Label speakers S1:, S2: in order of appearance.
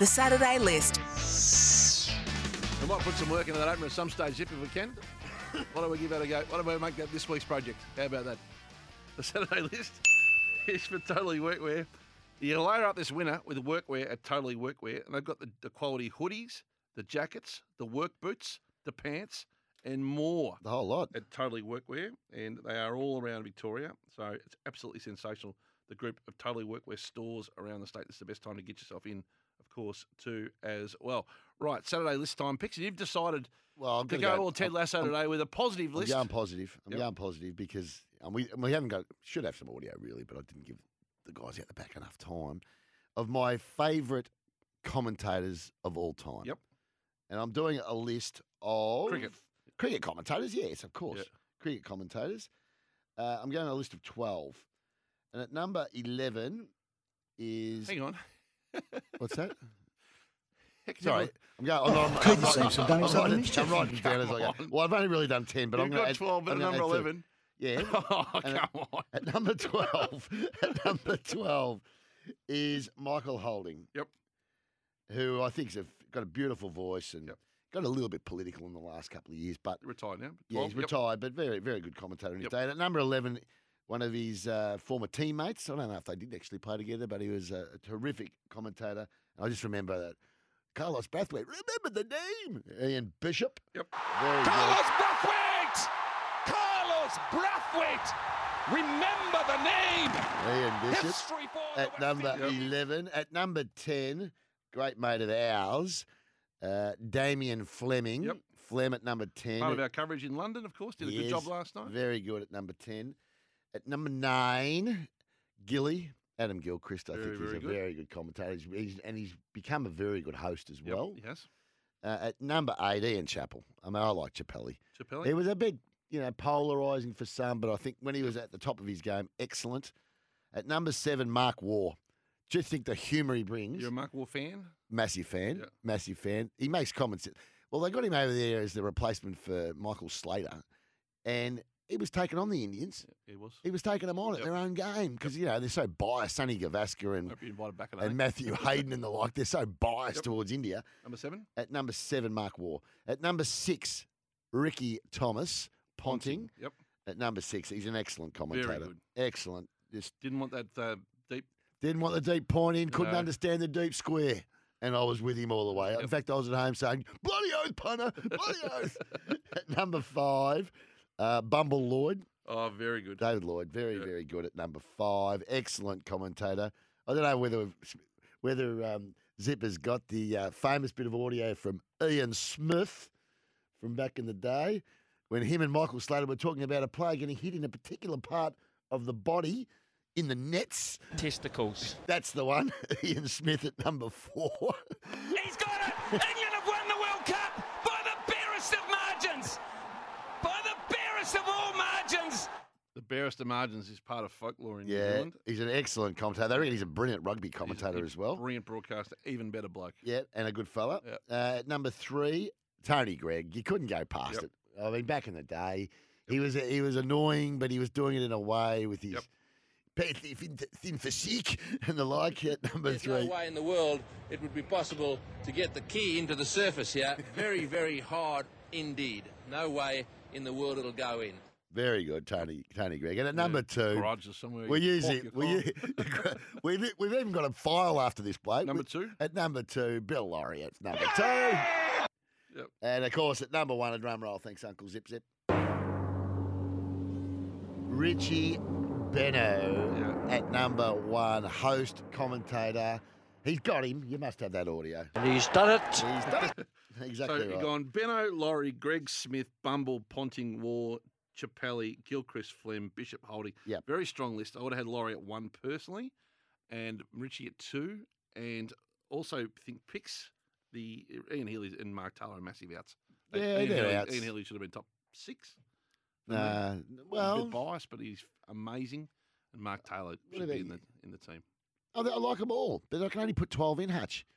S1: The Saturday List.
S2: We might put some work into that opener at some stage if we can. Why don't we give that a go? Why don't we make that this week's project? How about that? The Saturday list is for Totally Workwear. You layer up this winter with workwear at Totally Workwear, and they've got the, the quality hoodies, the jackets, the work boots, the pants, and more
S3: The whole lot.
S2: at Totally Workwear, and they are all around Victoria. So it's absolutely sensational. The group of Totally Workwear stores around the state. It's the best time to get yourself in, of course, too, as well. Right, Saturday list time picks. You've decided
S3: Well, I'm
S2: to
S3: going
S2: go, all Ted Lasso
S3: I'm,
S2: today with a positive
S3: I'm
S2: list.
S3: going positive. I'm
S2: Yep.
S3: going positive because and we and we haven't got should have some audio really, but I didn't give the guys out the back enough time of my favourite commentators of all time.
S2: Yep.
S3: And I'm doing a list of
S2: Cricket.
S3: cricket commentators. Yes, of course,
S2: Yeah.
S3: cricket commentators. Uh, I'm going to a list of twelve, and at number eleven is
S2: Hang on.
S3: what's that?
S2: Heck,
S3: Sorry,
S2: never-
S3: I'm going.
S2: Oh,
S3: I'm, I'm, I'm, I'm, I'm, writing- I'm writing down as I go.
S2: Come on.
S3: Well, I've only really done ten, but I'm
S2: You've
S3: going
S2: got
S3: to add
S2: 12, but
S3: I'm gonna
S2: number
S3: add two.
S2: 11.
S3: Yeah.
S2: Oh,
S3: And,
S2: come on.
S3: At number 12, at number 12 is Michael Holding.
S2: Yep.
S3: Who I think's a, got a beautiful voice and
S2: Yep.
S3: got a little bit political in the last couple of years, but
S2: Retired now.
S3: yeah,
S2: 12,
S3: he's
S2: yep.
S3: retired, but very, very good commentator in his
S2: Yep.
S3: day. And at number 11, one of his uh, former teammates, I don't know if they did actually play together, but he was a, a terrific commentator. And I just remember that. Carlos Brathwaite, remember the name? Ian Bishop.
S2: Yep.
S3: Very good.
S4: Brathwaite! Carlos Brathwaite! Remember the name!
S3: Ian Bishop.
S4: for
S3: at number
S2: Yep.
S3: 11. At number 10, great mate of ours, uh, Damien Fleming.
S2: Yep.
S3: Flem at number 10.
S2: Part of our coverage in London, of course. Did a good
S3: Yes,
S2: job last night.
S3: Very good at number 10. At number 9, Gilly. Adam Gilchrist, I
S2: Very,
S3: think he's
S2: very
S3: a
S2: good.
S3: very good commentator. He's, he's- and he's become a very good host as
S2: Yep,
S3: well.
S2: Yes.
S3: Uh, at number 8, Ian Chappell. I mean, I like Chappelli.
S2: Chappelle.
S3: He was a bit, you know, polarising for some, but I think when he was at the top of his game, excellent. At number seven, Mark War. Just think the humour he brings.
S2: You're a Mark War fan?
S3: massive fan,
S2: Yeah.
S3: massive fan. He makes comments. that- Well, they got him over there as the replacement for Michael Slater, and he was taking on the Indians.
S2: He was.
S3: He was taking them on at
S2: Yep.
S3: their own game because you know they're so biased. Sonny Gavaskar and
S2: Hope you invited back at
S3: and Matthew Hayden and the like. They're so biased
S2: Yep.
S3: towards India.
S2: Number seven.
S3: At number seven, Mark War. At number six, Ricky Thomas Ponting.
S2: Yep.
S3: At number six, he's an excellent commentator.
S2: good.
S3: Excellent. Just
S2: Didn't want that uh, deep.
S3: didn't want the deep point in, couldn't
S2: No.
S3: understand the deep square. And I was with him all the way. In
S2: Yep.
S3: fact, I was at home saying, bloody oath, punter, bloody oath. at number five, uh, Bumble Lloyd.
S2: Oh, very good.
S3: David Lloyd, very,
S2: Yeah.
S3: very good at number five. Excellent commentator. I don't know whether whether um, Zipper's got the uh, famous bit of audio from Ian Smith from back in the day when him and Michael Slater were talking about a player getting hit in a particular part of the body in the nets.
S4: Testicles.
S3: That's the one. Ian Smith at number four.
S4: He's got it! England have won the World Cup by the barest of margins! By the barest of all margins!
S2: The barest of margins is part of folklore in New
S3: yeah,
S2: Zealand.
S3: he's an excellent commentator. They reckon he's a brilliant rugby commentator
S2: He's a
S3: as well.
S2: Brilliant broadcaster, even better bloke.
S3: Yeah, and a good fella.
S2: Yeah.
S3: Uh, at number three, Tony Gregg. You couldn't go past
S2: Yep.
S3: it. I mean, back in the day, he was he was annoying, but he was doing it in a way with his
S2: Yep.
S3: pe- thi- thin, thin physique and the like. At number
S5: There's
S3: three,
S5: no way in the world it would be possible to get the key into the surface here. Very, very hard indeed. No way in the world it'll go in.
S3: very good, Tony Tony Gregg. And at number two,
S2: Garage is somewhere.
S3: we
S2: you
S3: use
S2: park
S3: it.
S2: your
S3: We,
S2: car.
S3: u- we've we've even got a file after this bloke.
S2: Number
S3: We-
S2: two.
S3: At number two, Bill Laurie. At number two.
S2: Yep.
S3: And of course, at number one, a drum roll. Thanks, Uncle Zip Zip. Richie Benno at number one, host, commentator. He's got him. You must have that audio.
S6: And he's done it.
S3: He's done it.
S2: So
S3: Exactly
S2: you've
S3: right.
S2: gone Benno, Laurie, Greg Smith, Bumble, Ponting, War, Chappelli, Gilchrist, Flem, Bishop, Holding.
S3: Yep.
S2: Very strong list. I would have had Laurie at one personally and Richie at two. And also think Picks, the Ian Healy and Mark Taylor are massive outs. Uh,
S3: Yeah,
S2: Ian
S3: they're
S2: Healy,
S3: outs.
S2: Ian Healy should have been top six.
S3: Nah,
S2: a bit
S3: Uh, well,
S2: biased, but he's amazing. And Mark Taylor
S3: about
S2: should be in
S3: you?
S2: the in the team.
S3: I, I like them all, but I can only put 12 in, Hutch.